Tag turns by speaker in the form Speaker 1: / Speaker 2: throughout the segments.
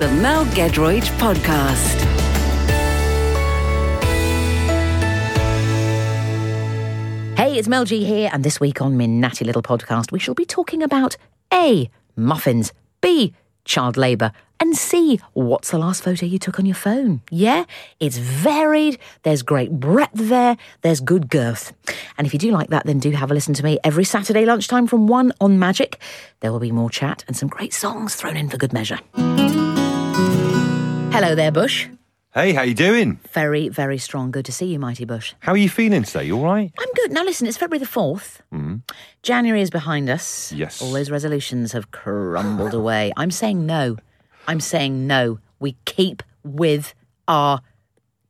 Speaker 1: The Mel Gedroyd Podcast.
Speaker 2: Hey, it's Mel G here, and this week on Min Natty Little Podcast, we shall be talking about A. Muffins, B. Child labour, and C. What's the last photo you took on your phone? Yeah, it's varied, there's great breadth there, there's good girth. And if you do like that, then do have a listen to me every Saturday lunchtime from 1 on Magic. There will be more chat and some great songs thrown in for good measure. Hello there, Bush.
Speaker 3: Hey, how you doing?
Speaker 2: Very, very strong. Good to see you, Mighty Bush.
Speaker 3: How are you feeling today? You all right?
Speaker 2: I'm good. Now, listen, it's February the 4th. January is behind us.
Speaker 3: Mm. Yes.
Speaker 2: All those resolutions have crumbled away. I'm saying no. I'm saying no. We keep with our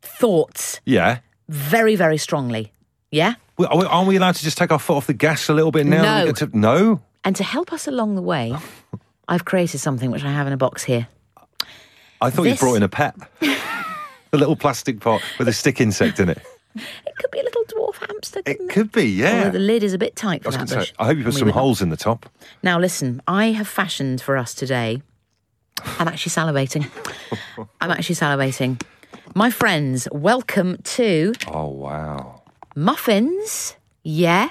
Speaker 2: thoughts
Speaker 3: Yeah.
Speaker 2: very, very strongly. Yeah?
Speaker 3: We, are we, aren't we allowed to just take our foot off the gas a little bit now?
Speaker 2: No.
Speaker 3: We get to- no?
Speaker 2: And to help us along the way, I've created something which I have in a box here.
Speaker 3: I thought
Speaker 2: This-
Speaker 3: you brought in a pet. a little plastic pot with a stick insect in it.
Speaker 2: It could be a little dwarf hamster.
Speaker 3: It
Speaker 2: couldn't
Speaker 3: could be,
Speaker 2: Although
Speaker 3: yeah.
Speaker 2: the lid is a bit tight
Speaker 3: I
Speaker 2: for
Speaker 3: was
Speaker 2: that
Speaker 3: going to
Speaker 2: bush.
Speaker 3: say, I hope you
Speaker 2: And
Speaker 3: put
Speaker 2: we
Speaker 3: some
Speaker 2: would not-
Speaker 3: holes in the top.
Speaker 2: Now, listen, I have fashioned for us today. I'm actually salivating. I'm actually salivating. My friends, welcome to
Speaker 3: Oh, wow.
Speaker 2: muffins. Yeah,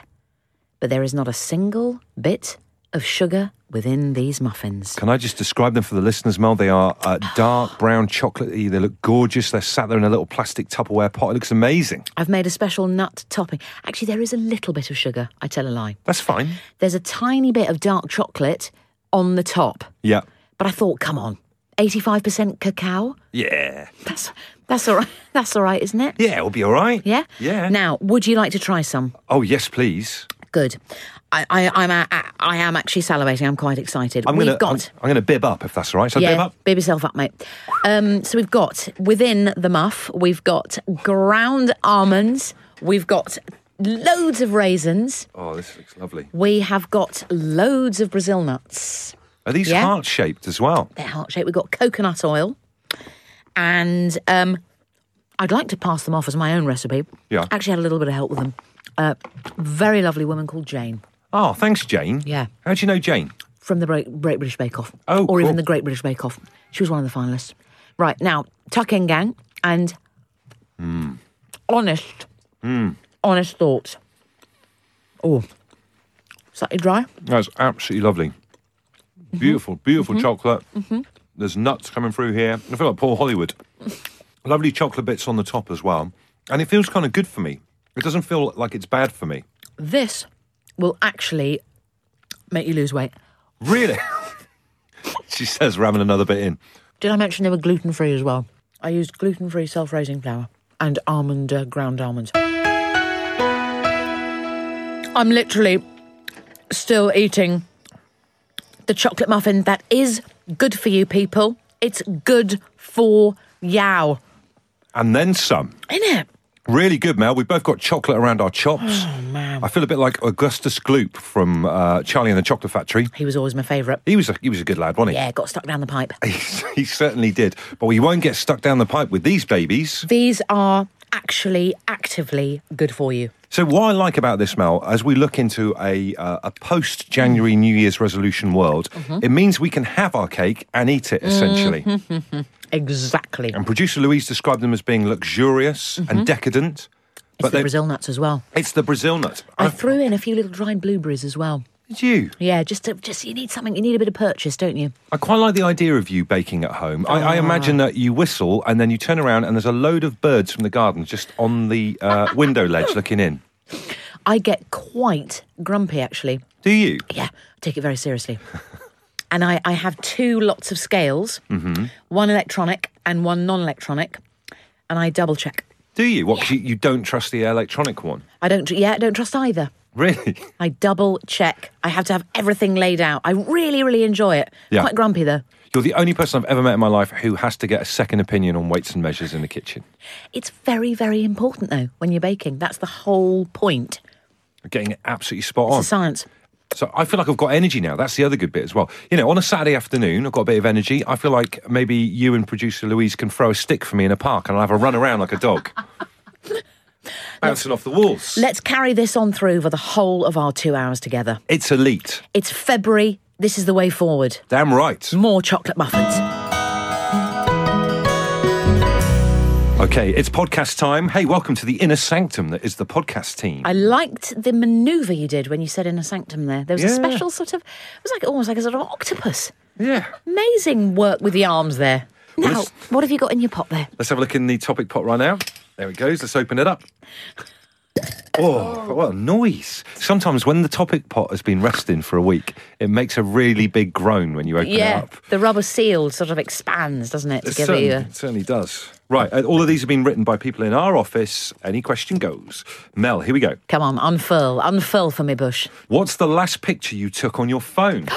Speaker 2: but there is not a single bit of sugar within these muffins.
Speaker 3: Can I just describe them for the listeners, Mel? They are uh, dark brown chocolatey. They look gorgeous. They're sat there in a little plastic Tupperware pot. It looks amazing.
Speaker 2: I've made a special nut topping. Actually, there is a little bit of sugar. I tell a lie.
Speaker 3: That's fine.
Speaker 2: There's a tiny bit of dark chocolate on the top.
Speaker 3: Yeah.
Speaker 2: But I thought, come on, 85% cacao?
Speaker 3: Yeah.
Speaker 2: That's that's all right. That's all right, isn't it?
Speaker 3: Yeah, it'll be all right.
Speaker 2: Yeah?
Speaker 3: Yeah.
Speaker 2: Now, would you like to try some?
Speaker 3: Oh, yes, please.
Speaker 2: Good. I, I, I'm a, a, I am actually salivating. I'm quite excited.
Speaker 3: I'm
Speaker 2: we've
Speaker 3: gonna, I'm,
Speaker 2: got.
Speaker 3: I'm going to bib up if that's all right. So bib
Speaker 2: yeah,
Speaker 3: up.
Speaker 2: bib yourself up, mate. Um, so we've got within the muff, we've got ground almonds, we've got loads of raisins,
Speaker 3: Oh, this looks lovely.
Speaker 2: we have got loads of Brazil nuts.
Speaker 3: Are these
Speaker 2: Yeah.
Speaker 3: heart shaped as well?
Speaker 2: They're heart shaped. We've got coconut oil, and um, I'd like to pass them off as my own recipe.
Speaker 3: Yeah.
Speaker 2: actually had a little bit of help with them. A very lovely woman called Jane.
Speaker 3: Oh, thanks, Jane.
Speaker 2: Yeah.
Speaker 3: How do you know Jane?
Speaker 2: from the Great, Great British Bake Off.
Speaker 3: Oh,
Speaker 2: or even
Speaker 3: cool.
Speaker 2: the Great British Bake Off. She was one of the finalists. Right now, tuck in, gang, and
Speaker 3: Hmm.
Speaker 2: honest, honest thoughts. Oh, slightly dry.
Speaker 3: That's absolutely lovely.
Speaker 2: Mm-hmm.
Speaker 3: Beautiful, beautiful chocolate. There's nuts coming through here. I feel like Paul Hollywood. lovely chocolate bits on the top as well. And it feels kind of good for me. It doesn't feel like it's bad for me.
Speaker 2: This will actually make you lose weight.
Speaker 3: Really? she says, ramming another bit in.
Speaker 2: Did I mention they were gluten free as well? I used gluten free self raising flour and almond uh, ground almonds. I'm literally still eating the chocolate muffin that is good for you people. It's good for yow.
Speaker 3: And then some.
Speaker 2: In it?
Speaker 3: Really good, Mel. We've both got chocolate around our chops. Oh, man. I feel a bit like Augustus Gloop from uh, Charlie and the Chocolate Factory.
Speaker 2: He was always my favourite.
Speaker 3: He was a, he was a good lad, wasn't he?
Speaker 2: Yeah, got stuck down the pipe.
Speaker 3: he certainly did. But we won't get stuck down the pipe with these babies.
Speaker 2: These are actually actively good for you.
Speaker 3: So what I like about this, Mel, as we look into a uh, a post January New Year's resolution world,
Speaker 2: Mm-hmm.
Speaker 3: it means we can have our cake and eat it essentially.
Speaker 2: Exactly.
Speaker 3: And producer Louise described them as being luxurious and decadent.
Speaker 2: Mm-hmm. It's the
Speaker 3: they-
Speaker 2: Brazil nuts as well.
Speaker 3: it's the Brazil nut.
Speaker 2: I threw in a few little dried blueberries as well.
Speaker 3: Did you?
Speaker 2: Yeah, just to, just you need something. You need a bit of purchase, don't you?
Speaker 3: I quite like the idea of you baking at home. I,
Speaker 2: Ah.
Speaker 3: I imagine that you whistle and then you turn around and there's a load of birds from the garden just on the uh, window ledge looking in.
Speaker 2: I get quite grumpy actually.
Speaker 3: Do you?
Speaker 2: Yeah, I take it very seriously. and I, I have two lots of scales,
Speaker 3: Mm-hmm.
Speaker 2: one electronic and one non-electronic, and I double check.
Speaker 3: Do you? What? 'cause You, you don't trust the electronic one?
Speaker 2: I don't. tr- Yeah, I don't trust either.
Speaker 3: Really?
Speaker 2: I double check. I have to have everything laid out. I really, really enjoy it.
Speaker 3: Yeah.
Speaker 2: Quite grumpy though.
Speaker 3: You're the only person I've ever met in my life who has to get a second opinion on weights and measures in the kitchen.
Speaker 2: It's very, very important though when you're baking. That's the whole point.
Speaker 3: Getting it absolutely spot
Speaker 2: It's
Speaker 3: on.
Speaker 2: a science.
Speaker 3: So I feel like I've got energy now. That's the other good bit as well. You know, on a Saturday afternoon, I've got a bit of energy. I feel like maybe you and producer Louise can throw a stick for me in a park and I'll have a run around like a dog. Bouncing off the walls.
Speaker 2: Let's carry this on through for the whole of our two hours together.
Speaker 3: It's elite.
Speaker 2: It's February. This is the way forward.
Speaker 3: Damn right.
Speaker 2: More chocolate muffins.
Speaker 3: Okay, it's podcast time. Hey, welcome to the inner sanctum that is the podcast team.
Speaker 2: I liked the manoeuvre you did when you said in a sanctum there. There was a
Speaker 3: Yeah.
Speaker 2: special sort of, it was like almost like a sort of octopus.
Speaker 3: yeah.
Speaker 2: Amazing work with the arms there.
Speaker 3: Well,
Speaker 2: Now,
Speaker 3: it's-
Speaker 2: what have you got in your pot there?
Speaker 3: Let's have a look in the topic pot right now. There it goes. Let's open it up. Oh, what a noise. Sometimes when the topic pot has been resting for a week, it makes a really big groan when you open it
Speaker 2: Yeah,
Speaker 3: up.
Speaker 2: the rubber seal sort of expands, doesn't it? To
Speaker 3: It
Speaker 2: give
Speaker 3: certainly,
Speaker 2: you a,
Speaker 3: it certainly does. Right, uh, all of these have been written by people in our office. Any question goes. Mel, here we go.
Speaker 2: come on, unfurl, unfurl for me, Bush.
Speaker 3: What's the last picture you took on your phone?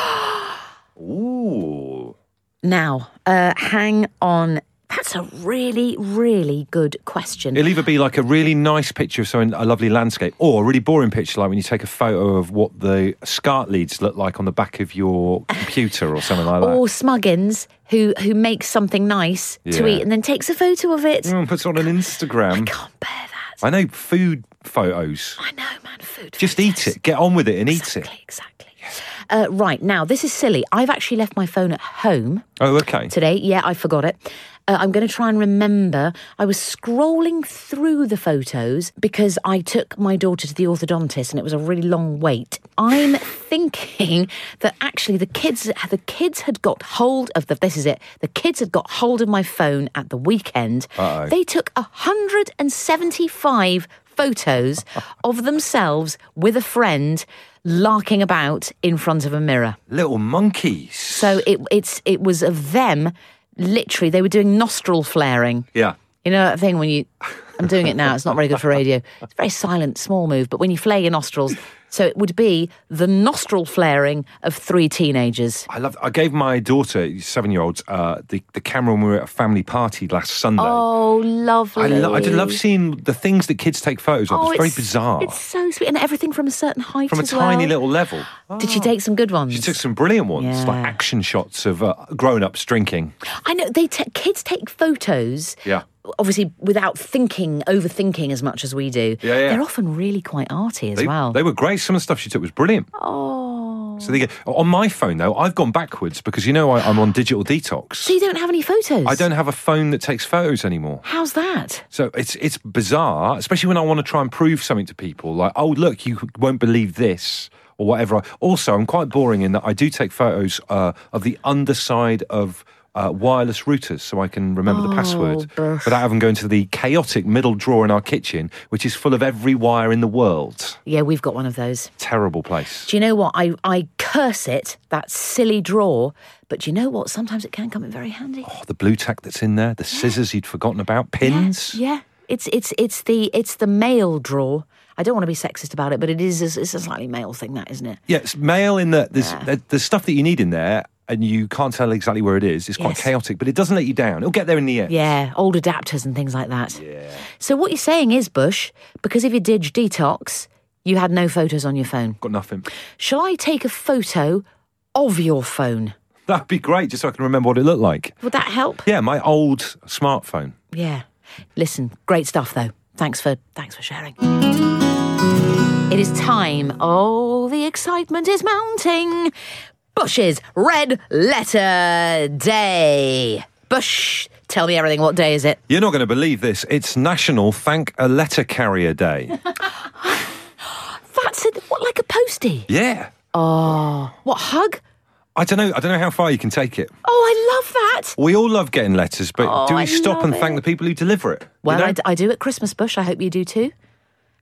Speaker 3: Ooh.
Speaker 2: Now, uh, hang on. That's a really, really good question.
Speaker 3: It'll either be like a really nice picture of something, a lovely landscape, or a really boring picture, like when you take a photo of what the SCART leads look like on the back of your computer or something like that.
Speaker 2: or Smuggins, who who makes something nice
Speaker 3: Yeah.
Speaker 2: to eat and then takes a photo of it.
Speaker 3: Everyone puts it on an
Speaker 2: I
Speaker 3: Instagram.
Speaker 2: can't bear that.
Speaker 3: I know food photos.
Speaker 2: I know, man. Food.
Speaker 3: Just
Speaker 2: photos.
Speaker 3: eat it. Get on with it and eat it.
Speaker 2: Exactly. Exactly. Uh, right now, this is silly. I've actually left my phone at home
Speaker 3: Oh, okay.
Speaker 2: today. Yeah, I forgot it. Uh, I'm going to try and remember. I was scrolling through the photos because I took my daughter to the orthodontist, and it was a really long wait. I'm thinking that actually the kids, the kids had got hold of the. This is it. The kids had got hold of my phone at the weekend.
Speaker 3: Uh-oh.
Speaker 2: They took 175 photos of themselves with a friend larking about in front of a mirror.
Speaker 3: Little monkeys.
Speaker 2: So it it's it was of them. Literally, they were doing nostril flaring.
Speaker 3: yeah.
Speaker 2: You know that thing when you. I'm doing it now. It's not very good for radio. It's a very silent, small move. But when you flare your nostrils, so it would be the nostril flaring of three teenagers.
Speaker 3: I love. I gave my daughter, seven-year-old, uh, the the camera when we were at a family party last Sunday.
Speaker 2: Oh, lovely!
Speaker 3: I, lo- I did love seeing the things that kids take photos of.
Speaker 2: Oh,
Speaker 3: it's, very bizarre.
Speaker 2: It's so sweet, and everything from a certain height.
Speaker 3: From a
Speaker 2: as
Speaker 3: tiny
Speaker 2: well.
Speaker 3: little level.
Speaker 2: Did she take some good ones?
Speaker 3: She took some brilliant ones, like
Speaker 2: Yeah.
Speaker 3: action shots of uh, grown-ups drinking.
Speaker 2: I know they ta kids take photos.
Speaker 3: Yeah.
Speaker 2: Obviously, without thinking, overthinking as much as we do.
Speaker 3: Yeah, yeah.
Speaker 2: They're often really quite arty as
Speaker 3: They,
Speaker 2: well.
Speaker 3: they were great. Some of the stuff she took was brilliant.
Speaker 2: oh.
Speaker 3: So they get, on my phone though, I've gone backwards because you know I, I'm on digital detox.
Speaker 2: So you don't have any photos?
Speaker 3: I don't have a phone that takes photos anymore.
Speaker 2: How's that?
Speaker 3: So it's it's bizarre, especially when I want to try and prove something to people. Like, oh look, you won't believe this or whatever. Also, I'm quite boring in that I do take photos uh, of the underside of. Uh, wireless routers, so I can remember the password
Speaker 2: bruh.
Speaker 3: without having going to the chaotic middle drawer in our kitchen, which is full of every wire in the world.
Speaker 2: Yeah, we've got one of those.
Speaker 3: Terrible place.
Speaker 2: Do you know what? I, I curse it, that silly drawer. But do you know what? Sometimes it can come in very handy.
Speaker 3: Oh, the blue tack that's in there, the scissors you'd forgotten about, pins.
Speaker 2: Yeah. It's it's it's the it's the male drawer. I don't want to be sexist about it, but it is it's a slightly male thing, that isn't it?
Speaker 3: Yeah, it's mail in that there's, there- there's stuff that you need in there and you can't tell exactly where it is. It's quite
Speaker 2: Yes.
Speaker 3: chaotic, but it doesn't let you down. It'll get there in the end.
Speaker 2: Yeah, old adapters and things like that. Yeah. So what you're saying is, Bush, because if you did detox, you had no photos on your phone.
Speaker 3: Got nothing.
Speaker 2: Shall I take a photo of your phone?
Speaker 3: That'd be great just so I can remember what it looked like.
Speaker 2: Would that help?
Speaker 3: Yeah, my old smartphone.
Speaker 2: Yeah. Listen, great stuff though. Thanks for thanks for sharing. It is time. Oh, the excitement is mounting. Bush's red letter day. Bush, tell me everything. What day is it?
Speaker 3: You're not going to believe this. It's National Thank a Letter Carrier Day.
Speaker 2: That's it. What like a postie?
Speaker 3: yeah.
Speaker 2: What hug?
Speaker 3: I don't know. I don't know how far you can take it.
Speaker 2: Oh, I love that.
Speaker 3: We all love getting letters, but
Speaker 2: Oh,
Speaker 3: do we
Speaker 2: I
Speaker 3: stop
Speaker 2: love
Speaker 3: and thank
Speaker 2: it.
Speaker 3: the people who deliver it? You
Speaker 2: Well,
Speaker 3: know?
Speaker 2: I, d- I do at Christmas, Bush. I hope you do too.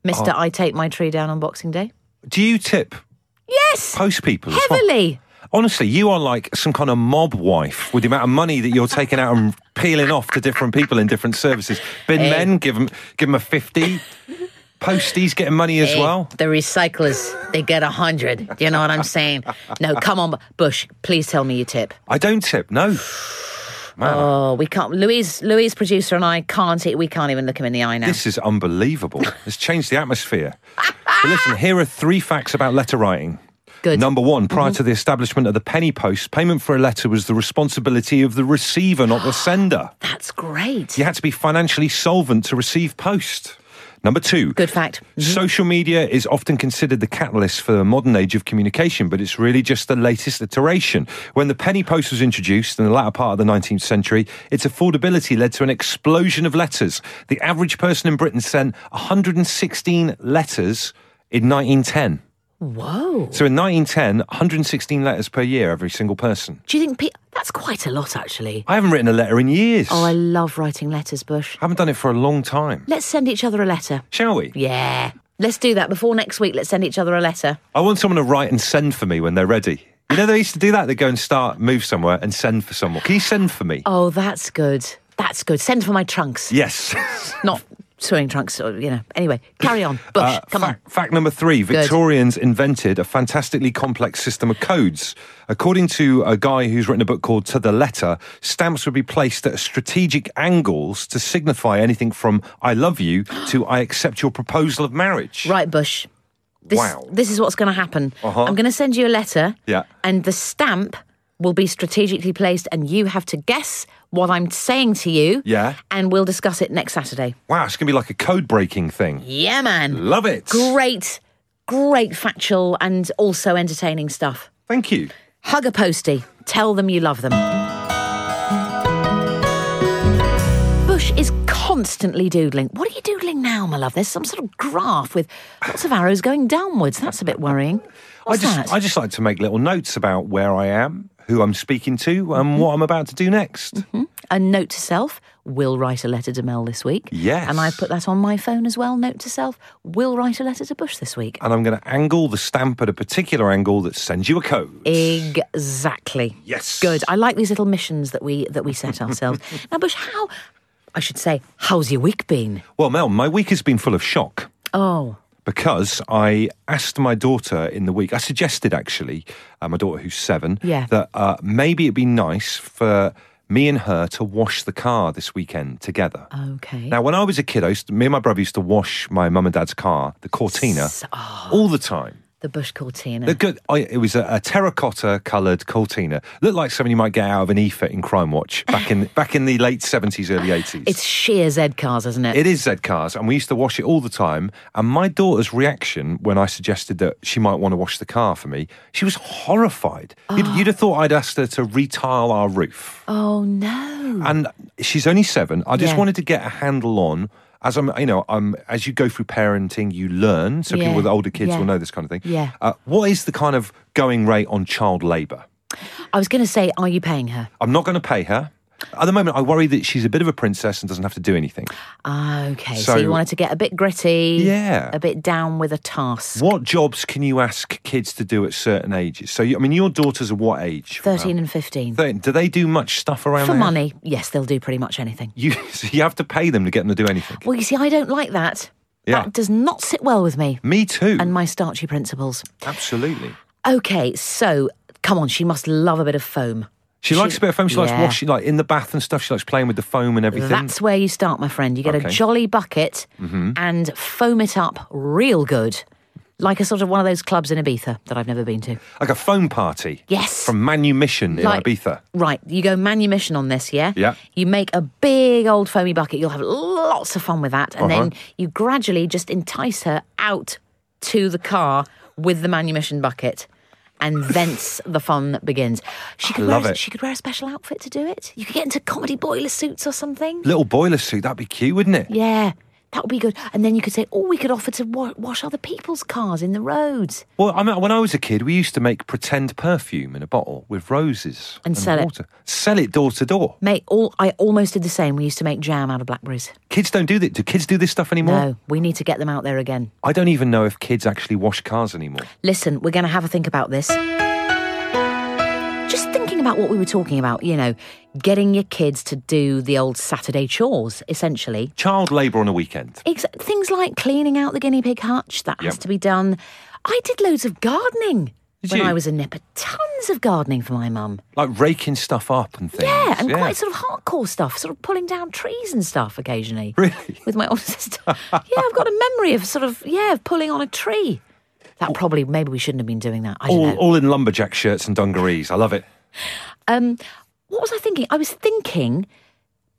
Speaker 2: Mister, I take my tree down on Boxing Day.
Speaker 3: do you tip
Speaker 2: Yes,
Speaker 3: post people as well?
Speaker 2: heavily.
Speaker 3: Honestly, you are like some kind of mob wife with the amount of money that you're taking out and peeling off to different people in different services. Bin men, give them, give 'em a 50. Posties getting money as well.
Speaker 2: The recyclers, they get a hundred. Do you know what I'm saying? No, come on, Bush. Please tell me you tip.
Speaker 3: I don't tip, no. Man,
Speaker 2: Oh, we can't. Louise, Louise, producer, and I can't. e- We can't even look him in the eye now.
Speaker 3: this is unbelievable. It's changed the atmosphere. But listen, here are three facts about letter writing.
Speaker 2: Good.
Speaker 3: Number one, prior to the establishment of the penny post, payment for a letter was the responsibility of the receiver, not the sender.
Speaker 2: That's great.
Speaker 3: You had to be financially solvent to receive post. Number two.
Speaker 2: Good fact.
Speaker 3: Social media is often considered the catalyst for the modern age of communication, but it's really just the latest iteration. When the penny post was introduced in the latter part of the 19th century, its affordability led to an explosion of letters. The average person in Britain sent 116 letters in 1910.
Speaker 2: Whoa.
Speaker 3: So in 1910, 116 letters per year, every single person.
Speaker 2: Do you think pe- that's quite a lot, actually?
Speaker 3: I haven't written a letter in years.
Speaker 2: Oh, I
Speaker 3: I
Speaker 2: love writing letters, Bush.
Speaker 3: haven't done it for a long time.
Speaker 2: Let's send each other a letter.
Speaker 3: Shall we?
Speaker 2: Yeah. Let's do that before next week. Let's send each other a letter.
Speaker 3: I want someone to write and send for me when they're ready. You know, they used to do that. They go and start, move somewhere, and send for someone. Can you send for me?
Speaker 2: Oh, that's good. That's good. Send for my trunks.
Speaker 3: Yes.
Speaker 2: Not swimming trunks, or, you know. Anyway, carry on. Bush,
Speaker 3: Uh,
Speaker 2: come
Speaker 3: fact, Fact number three Victorians invented a fantastically complex system of codes. According to a guy who's written a book called To the Letter, stamps would be placed at strategic angles to signify anything from I love you to I accept your proposal of marriage.
Speaker 2: on. Right, Bush. This,
Speaker 3: Wow.
Speaker 2: This is what's going to happen.
Speaker 3: Uh-huh.
Speaker 2: I'm going to send you a letter.
Speaker 3: Yeah.
Speaker 2: And the stamp will be strategically placed, and you have to guess what I'm saying to you.
Speaker 3: Yeah.
Speaker 2: And we'll discuss it next Saturday.
Speaker 3: Wow, it's going to be like a code breaking thing.
Speaker 2: Yeah, man.
Speaker 3: Love it.
Speaker 2: Great, great factual and also entertaining stuff.
Speaker 3: Thank you.
Speaker 2: Hug a postie. Tell them you love them. Bush is constantly doodling. What are you doodling now, my love? There's some sort of graph with lots of arrows going downwards. That's a bit worrying. What's
Speaker 3: I just
Speaker 2: that?
Speaker 3: I just like to make little notes about where I am, who I'm speaking to,
Speaker 2: Mm-hmm.
Speaker 3: and what I'm about to do next.
Speaker 2: a note to self. Will write a letter to Mel this week.
Speaker 3: Yes.
Speaker 2: And I put that on my phone as well. Note to self. Will write a letter to Bush this week.
Speaker 3: And I'm going to angle the stamp at a particular angle that sends you a code.
Speaker 2: Exactly.
Speaker 3: Yes.
Speaker 2: Eh, Good. I like these little missions that we that we set ourselves. now, Bush, how I should say, how's your week been?
Speaker 3: Well, Mel, my week has been full of shock
Speaker 2: Oh,
Speaker 3: because I asked my daughter in the week. I suggested actually, uh, my daughter who's seven,
Speaker 2: Yeah.
Speaker 3: that uh, maybe it'd be nice for me and her to wash the car this weekend together.
Speaker 2: Oh, okay.
Speaker 3: Now, when I was a kid, I used to, me and my brother used to wash my mum and dad's car, the Cortina,
Speaker 2: oh.
Speaker 3: all the time.
Speaker 2: the Bush Cortina.
Speaker 3: The good, I, it was a, a terracotta coloured Cortina. Looked like something you might get out of an E EFIT in Crime Watch back in back in the late seventies, early eighties.
Speaker 2: it's sheer Z cars, isn't it?
Speaker 3: it is Z cars, and we used to wash it all the time. And my daughter's reaction when I suggested that she might want to wash the car for me, she was horrified. You'd, you'd have thought I'd asked her to retile our roof,
Speaker 2: oh no.
Speaker 3: and she's only seven. I just
Speaker 2: Yeah.
Speaker 3: wanted to get a handle on. As I'm, you know, I'm as you go through parenting, you learn. So
Speaker 2: Yeah.
Speaker 3: people with older kids
Speaker 2: Yeah.
Speaker 3: will know this kind of thing.
Speaker 2: Yeah.
Speaker 3: Uh, what is the kind of going rate on child labour?
Speaker 2: I was going to say, are you paying her?
Speaker 3: I'm not going to pay her. At the moment, I worry that she's a bit of a princess and doesn't have to do anything.
Speaker 2: Ah, okay. So,
Speaker 3: So-
Speaker 2: you wanted to get a bit gritty.
Speaker 3: Yeah.
Speaker 2: A bit down with a task.
Speaker 3: What jobs can you ask kids to do at certain ages? So, you, I mean, your daughters are what age?
Speaker 2: Thirteen and fifteen.
Speaker 3: Thirteen. Do they do much stuff around
Speaker 2: For
Speaker 3: the house?
Speaker 2: money, yes, they'll do pretty much anything.
Speaker 3: You, so you have to pay them to get them to do anything.
Speaker 2: Well, you see, I don't like that.
Speaker 3: Yeah.
Speaker 2: That does not sit well with me
Speaker 3: Me too.
Speaker 2: and my starchy principles.
Speaker 3: Absolutely.
Speaker 2: Okay, so come on, she must love a bit of foam.
Speaker 3: She, likes a bit of foam. She likes
Speaker 2: Yeah.
Speaker 3: washing, like in the bath and stuff. She likes playing with the foam and everything.
Speaker 2: That's where you start, my friend. You get a
Speaker 3: Okay. Mm-hmm.
Speaker 2: jolly bucket and foam it up real good, like a sort of one of those clubs in Ibiza that I've never been to.
Speaker 3: like a foam party.
Speaker 2: Yes.
Speaker 3: From Manumission in
Speaker 2: Like-
Speaker 3: Ibiza.
Speaker 2: Right, you go manumission on this, yeah?
Speaker 3: Yeah.
Speaker 2: You make a big old foamy bucket. You'll have lots of fun with that. And
Speaker 3: Uh-huh.
Speaker 2: then you gradually just entice her out to the car with the manumission bucket. And thence the fun begins. She could,
Speaker 3: love
Speaker 2: wear a,
Speaker 3: it.
Speaker 2: she could wear a special outfit to do it. You could get into comedy boiler suits or something.
Speaker 3: Little boiler suit. That'd be cute, wouldn't it?
Speaker 2: Yeah, that would be good. And then you could say, oh, we could offer to wa- wash other people's cars in the roads.
Speaker 3: Well, I mean, when I was a kid, we used to make pretend perfume in a bottle with roses
Speaker 2: And sell it.
Speaker 3: water. Sell it door to door.
Speaker 2: Mate, all, I almost did the same. We used to make jam out of blackberries.
Speaker 3: Kids don't do that. Do kids do this stuff anymore?
Speaker 2: No, we need to get them out there again.
Speaker 3: I don't even know if kids actually wash cars anymore.
Speaker 2: Listen, we're going to have a think about this. Just thinking about what we were talking about, you know, getting your kids to do the old Saturday chores, essentially.
Speaker 3: Child labour on a weekend.
Speaker 2: Ex- things like cleaning out the guinea pig hutch, that has
Speaker 3: Yep.
Speaker 2: to be done. I did loads of gardening
Speaker 3: Did
Speaker 2: when
Speaker 3: you?
Speaker 2: I was a nipper. Tons of gardening for my mum.
Speaker 3: Like raking stuff up and things.
Speaker 2: Yeah, and quite sort of hardcore stuff, sort of pulling down trees and stuff occasionally.
Speaker 3: Really?
Speaker 2: With my older sister. yeah, I've got a memory of sort of, yeah, of pulling on a tree. That probably, maybe we shouldn't have been doing that. I don't
Speaker 3: all,
Speaker 2: know.
Speaker 3: all in lumberjack shirts and dungarees. I love it.
Speaker 2: Um, what was I thinking? I was thinking,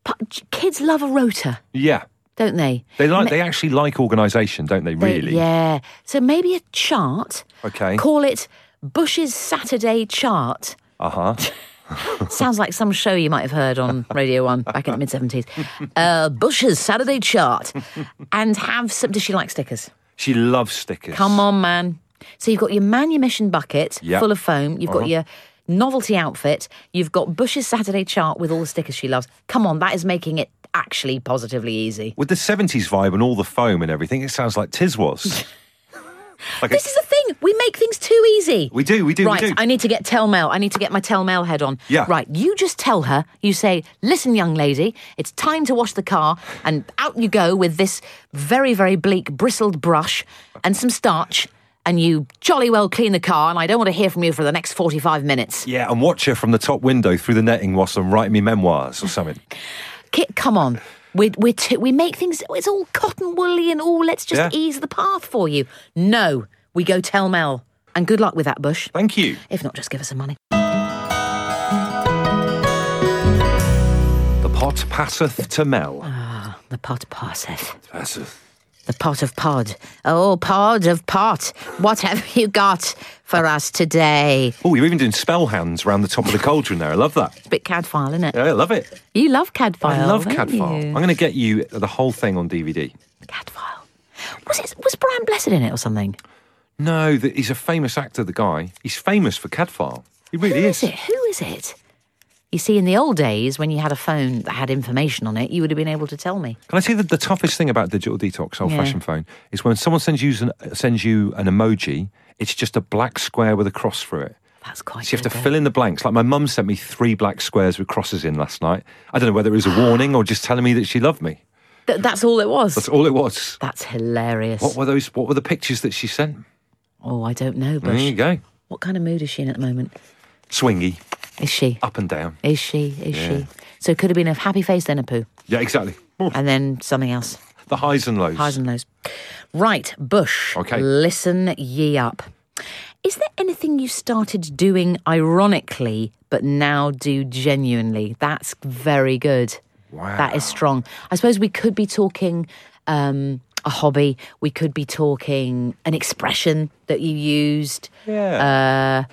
Speaker 2: pu- kids love a rotor.
Speaker 3: Yeah.
Speaker 2: don't they?
Speaker 3: They like they actually like organisation, don't they?
Speaker 2: They-
Speaker 3: Really?
Speaker 2: yeah. So maybe a chart.
Speaker 3: Okay.
Speaker 2: Call it Bush's Saturday Chart.
Speaker 3: Uh huh.
Speaker 2: Sounds like some show you might have heard on Radio 1 back in the mid 70s. Uh, Bush's Saturday Chart. And have some. Does she like stickers?
Speaker 3: She loves stickers.
Speaker 2: Come on, man. So you've got your manumission bucket
Speaker 3: Yep.
Speaker 2: full of foam. You've
Speaker 3: Uh-huh.
Speaker 2: got your novelty outfit. You've got Bush's Saturday chart with all the stickers she loves. Come on, that is making it actually positively easy.
Speaker 3: With the 70s vibe and all the foam and everything, it sounds like Tiz was. like
Speaker 2: This is the thing. We make things too easy.
Speaker 3: We do, we do, we
Speaker 2: Right,
Speaker 3: do.
Speaker 2: I need to get Telmail. I need to get my Telmail head on.
Speaker 3: Yeah.
Speaker 2: Right, you just tell her, you say, listen, young lady, it's time to wash the car. And out you go with this very, very bleak bristled brush and some starch. And you jolly well clean the car. And I don't want to hear from you for the next 45 minutes.
Speaker 3: yeah, and watch her from the top window through the netting whilst I'm writing me memoirs or something.
Speaker 2: Kit, come on. We're, we're too, we make things, it's all cotton woolly and all, let's just
Speaker 3: Yeah.
Speaker 2: ease the path for you. No, we go Telmail. And good luck with that, Bush.
Speaker 3: Thank you.
Speaker 2: If not, just give us some money.
Speaker 3: The pot passeth to
Speaker 2: Uh.
Speaker 3: Mel.
Speaker 2: The pot passeth.
Speaker 3: Passeth.
Speaker 2: The pot of pod. Oh, pod of pot. What have you got for us today?
Speaker 3: Oh, you're even doing spell hands round the top of the cauldron there. I love that.
Speaker 2: It's a bit cadfile, isn't it?
Speaker 3: Yeah, I love it.
Speaker 2: You love cadfile.
Speaker 3: I love
Speaker 2: don't
Speaker 3: Cadfile. I'm
Speaker 2: you?
Speaker 3: going to get you the whole thing on DVD.
Speaker 2: Cadfile. Was it? Was Brian Blessed in it or something?
Speaker 3: No, that he's a famous actor, the guy. He's famous for Cadfile. He really
Speaker 2: Who is it? Who is it? You see, in the old days, when you had a phone that had information on it, you would have been able to tell me.
Speaker 3: Can I say that the toughest thing about digital detox, old-fashioned phone, is when someone sends you an, sends you an emoji, it's just a black square with a cross through it.
Speaker 2: That's quite.
Speaker 3: So you have
Speaker 2: good,
Speaker 3: to
Speaker 2: though.
Speaker 3: fill in the blanks. Like my mum sent me three black squares with crosses in last night. I don't know whether it was a warning or just telling me that she loved me.
Speaker 2: Th- that's all it was.
Speaker 3: That's all it was.
Speaker 2: That's hilarious.
Speaker 3: What were those? What were the pictures that she sent?
Speaker 2: Oh, I don't know,
Speaker 3: There you
Speaker 2: Bush.
Speaker 3: go.
Speaker 2: What kind of mood is she in at the moment?
Speaker 3: Swingy,
Speaker 2: Is she?
Speaker 3: up and down.
Speaker 2: Is she? Is she? So it could have been a happy face, then a poo,
Speaker 3: Yeah, exactly. Oh,
Speaker 2: and then something else.
Speaker 3: The highs and lows.
Speaker 2: Highs and lows. Right, Bush.
Speaker 3: Okay.
Speaker 2: Listen ye up. Is there anything you started doing ironically but now do genuinely? That's very good.
Speaker 3: Wow.
Speaker 2: That is strong. I suppose we could be talking um, a hobby, we could be talking an expression that you used. Uh,
Speaker 3: yeah.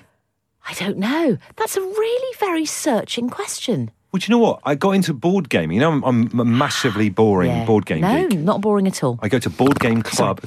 Speaker 2: I don't know. That's a really very searching question.
Speaker 3: well, do you know what? I got into board gaming. You know, I'm, I'm a massively boring
Speaker 2: Yeah.
Speaker 3: board game
Speaker 2: No,
Speaker 3: geek.
Speaker 2: not boring at all.
Speaker 3: I go to board game club.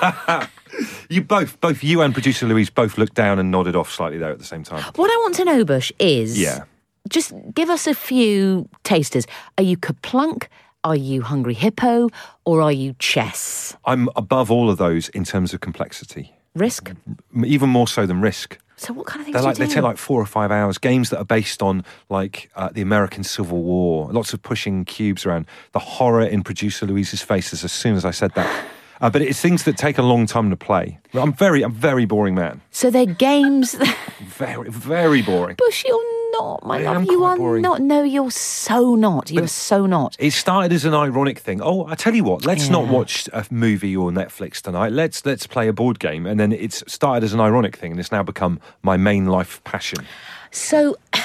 Speaker 3: you both, both you and producer Louise, both looked down and nodded off slightly there at the same time.
Speaker 2: What I want to know, Bush, is
Speaker 3: Yeah.
Speaker 2: just give us a few tasters. Are you kaplunk? Are you hungry hippo? Or are you chess?
Speaker 3: I'm above all of those in terms of complexity,
Speaker 2: Risk?
Speaker 3: M- even more so than risk.
Speaker 2: So what kind of things
Speaker 3: They're
Speaker 2: do
Speaker 3: like
Speaker 2: you
Speaker 3: they
Speaker 2: do?
Speaker 3: take like four or five hours. Games that are based on like uh, the American Civil War, lots of pushing cubes around. The horror in producer Louise's faces as soon as I said that. Uh, but it's things that take a long time to play. I'm very, I'm very boring man.
Speaker 2: so they're games.
Speaker 3: Very, very boring.
Speaker 2: Bush, you're not, my
Speaker 3: I
Speaker 2: love.
Speaker 3: am
Speaker 2: You
Speaker 3: quite
Speaker 2: are
Speaker 3: boring.
Speaker 2: not. No, you're so not. You're so not.
Speaker 3: It started as an ironic thing. Oh, I tell you what, let's not
Speaker 2: Yeah.
Speaker 3: watch a movie or Netflix tonight. Let's let's play a board game, and then it's started as an ironic thing, and it's now become my main life passion.
Speaker 2: So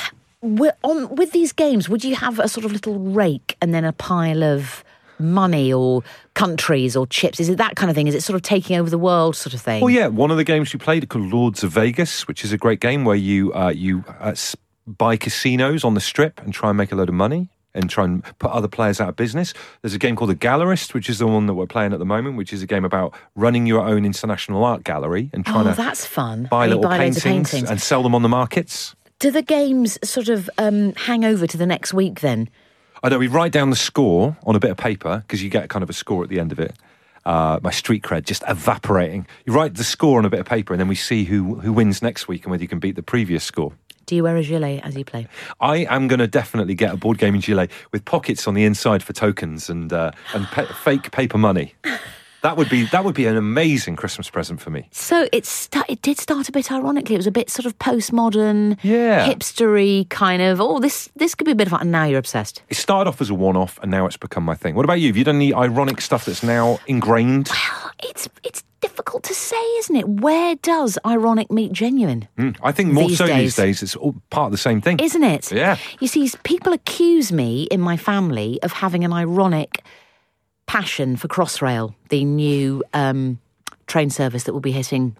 Speaker 2: we're on with these games, would you have a sort of little rake and then a pile of money or countries or chips? Is it that kind of thing? Is it sort of taking over the world sort of thing?
Speaker 3: Well, Oh, yeah, one of the games you played called Lords of Vegas, which is a great game where you uh, you uh, s- buy casinos on the strip and try and make a load of money. And try and put other players out of business. There's a game called The Gallerist, which is the one that we're playing at the moment, which is a game about running your own international art gallery and trying
Speaker 2: Oh,
Speaker 3: to
Speaker 2: that's fun.
Speaker 3: buy
Speaker 2: And you
Speaker 3: little
Speaker 2: loads of
Speaker 3: paintings and sell them on the markets.
Speaker 2: Do the games sort of um, hang over to the next week then?
Speaker 3: I know we write down the score on a bit of paper because you get kind of a score at the end of it. Uh, my street cred just evaporating. You write the score on a bit of paper, and then we see who who wins next week and whether you can beat the previous score.
Speaker 2: Do you wear a gilet as you play?
Speaker 3: I am going to definitely get a board game in Chile with pockets on the inside for tokens and uh, and pa- fake paper money. That would be that would be an amazing Christmas present for me.
Speaker 2: So it sta it did start a bit ironically. It was a bit sort of postmodern,
Speaker 3: Yeah.
Speaker 2: hipstery kind of. Oh, this this could be a bit of fun. And now you're obsessed.
Speaker 3: It started off as a one-off, and now it's become my thing. What about you? Have you done any ironic stuff that's now ingrained?
Speaker 2: Oh, It's it's difficult to say, isn't it? Where does ironic meet genuine?
Speaker 3: Mm, I think more
Speaker 2: These
Speaker 3: so
Speaker 2: days.
Speaker 3: these days. It's all part of the same thing.
Speaker 2: Isn't it?
Speaker 3: Yeah.
Speaker 2: You see, people accuse me in my family of having an ironic passion for Crossrail, the new um, train service that will be hitting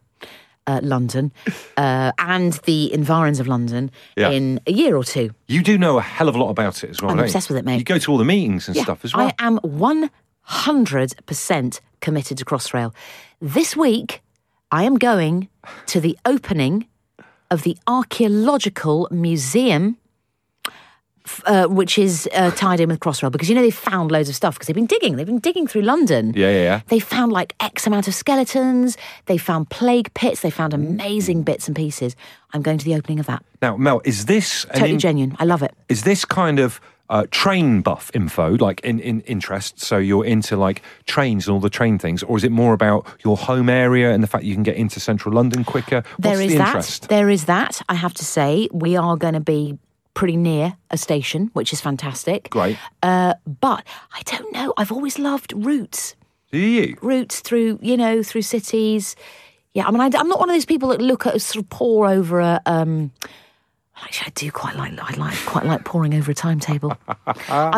Speaker 2: uh, London uh, and the environs of London
Speaker 3: Yeah.
Speaker 2: in a year or two.
Speaker 3: You do know a hell of a lot about it as well.
Speaker 2: I'm
Speaker 3: don't you?
Speaker 2: obsessed with it, mate.
Speaker 3: You go to all the meetings and
Speaker 2: Yeah,
Speaker 3: stuff as well.
Speaker 2: I am 100% committed to Crossrail. This week, I am going to the opening of the Archaeological Museum. f- Uh, which is uh, tied in with Crossrail because you know they found loads of stuff because they've been digging. They've been digging through London.
Speaker 3: Yeah, yeah, yeah.
Speaker 2: They found like X amount of skeletons. They found plague pits. They found amazing bits and pieces. I'm going to the opening of that.
Speaker 3: Now, Mel, is this an
Speaker 2: Totally
Speaker 3: in-
Speaker 2: genuine. I love it.
Speaker 3: is this kind of uh, train buff info, like in, in interest? So you're into like trains and all the train things, or is it more about your home area and the fact you can get into central London quicker?
Speaker 2: There
Speaker 3: What's
Speaker 2: is
Speaker 3: the
Speaker 2: that.
Speaker 3: interest?
Speaker 2: There is that. I have to say, we are going to be pretty near a station, which is fantastic.
Speaker 3: Great.
Speaker 2: Uh, but I don't know. I've always loved routes,
Speaker 3: Do you?
Speaker 2: routes through you know through cities. Yeah, I mean, I, am not one of those people that look at sort of pore over a. Um, well, actually, I do quite like I like quite like poring over a timetable.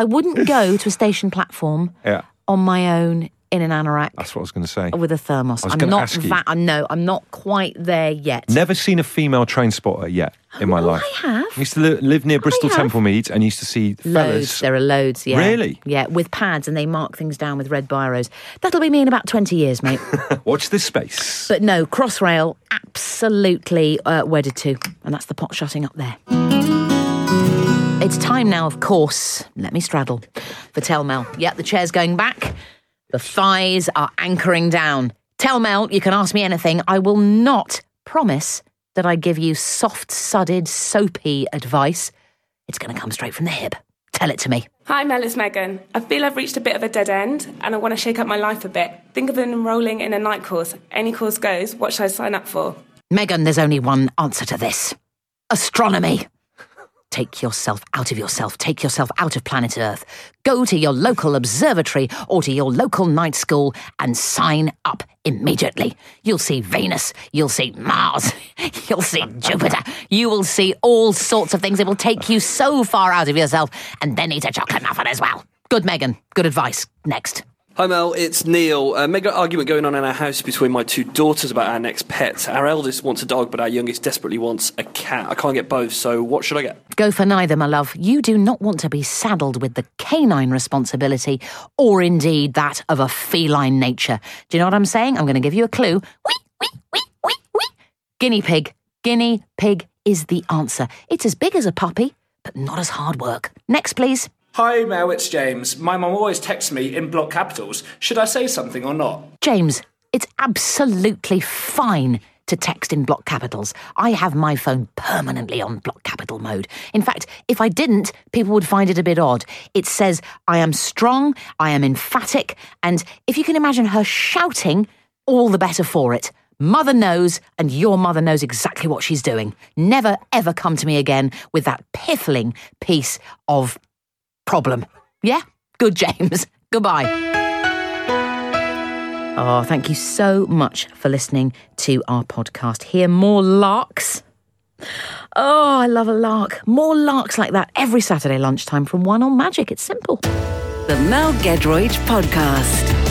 Speaker 2: I wouldn't go to a station platform
Speaker 3: Yeah.
Speaker 2: on my own in an anorak
Speaker 3: That's what I was going to say.
Speaker 2: with a thermos.
Speaker 3: was
Speaker 2: I'm
Speaker 3: gonna
Speaker 2: not
Speaker 3: ask you.
Speaker 2: that. I'm no. I'm not quite there yet.
Speaker 3: Never seen a female train spotter yet in my
Speaker 2: Oh,
Speaker 3: life.
Speaker 2: I have.
Speaker 3: used to li- live near Bristol
Speaker 2: have.
Speaker 3: Templemead and used to see
Speaker 2: Loads.
Speaker 3: fellas.
Speaker 2: There are loads. Yeah.
Speaker 3: Really?
Speaker 2: Yeah, with pads, and they mark things down with red biros. That'll be me in about twenty years, mate.
Speaker 3: Watch this space.
Speaker 2: but no, Crossrail, absolutely uh, wedded to, and that's the pot shutting up there. It's time now, of course. Let me straddle for Telmel. Yep, the chair's going back. The thighs are anchoring down. Telmel, you can ask me anything. I will not promise that I give you soft, sudded, soapy advice. It's going to come straight from the hip. Tell it to me.
Speaker 4: Hi, Mel, it's Megan. I feel I've reached a bit of a dead end and I want to shake up my life a bit. Think of enrolling in a night course. Any course goes. What should I sign up for?
Speaker 2: Megan, there's only one answer to this astronomy. Take yourself out of yourself. Take yourself out of planet Earth. Go to your local observatory or to your local night school and sign up immediately. You'll see Venus. You'll see Mars. You'll see Jupiter. You will see all sorts of things. It will take you so far out of yourself and then eat a chocolate muffin as well. Good, Megan. Good advice. Next.
Speaker 5: Hi Mel, it's Neil. A mega argument going on in our house between my two daughters about our next pet. Our eldest wants a dog, but our youngest desperately wants a cat. I can't get both, so what should I get?
Speaker 2: Go for neither, my love. You do not want to be saddled with the canine responsibility or indeed that of a feline nature. Do you know what I'm saying? I'm going to give you a clue. Wee, wee, wee, wee, wee. Guinea pig. Guinea pig is the answer. It's as big as a puppy, but not as hard work. Next, please.
Speaker 6: Hi, Mel, it's James. My mum always texts me in block capitals. Should I say something or not?
Speaker 2: James, it's absolutely fine to text in block capitals. I have my phone permanently on block capital mode. In fact, if I didn't, people would find it a bit odd. It says, I am strong, I am emphatic, and if you can imagine her shouting, all the better for it. Mother knows, and your mother knows exactly what she's doing. Never, ever come to me again with that piffling piece of problem. Yeah? Good, James. Goodbye. Oh, thank you so much for listening to our podcast. Hear more larks. Oh, I love a lark. More larks like that every Saturday lunchtime from 1 on Magic. It's simple.
Speaker 1: The Mel Gedroyd Podcast.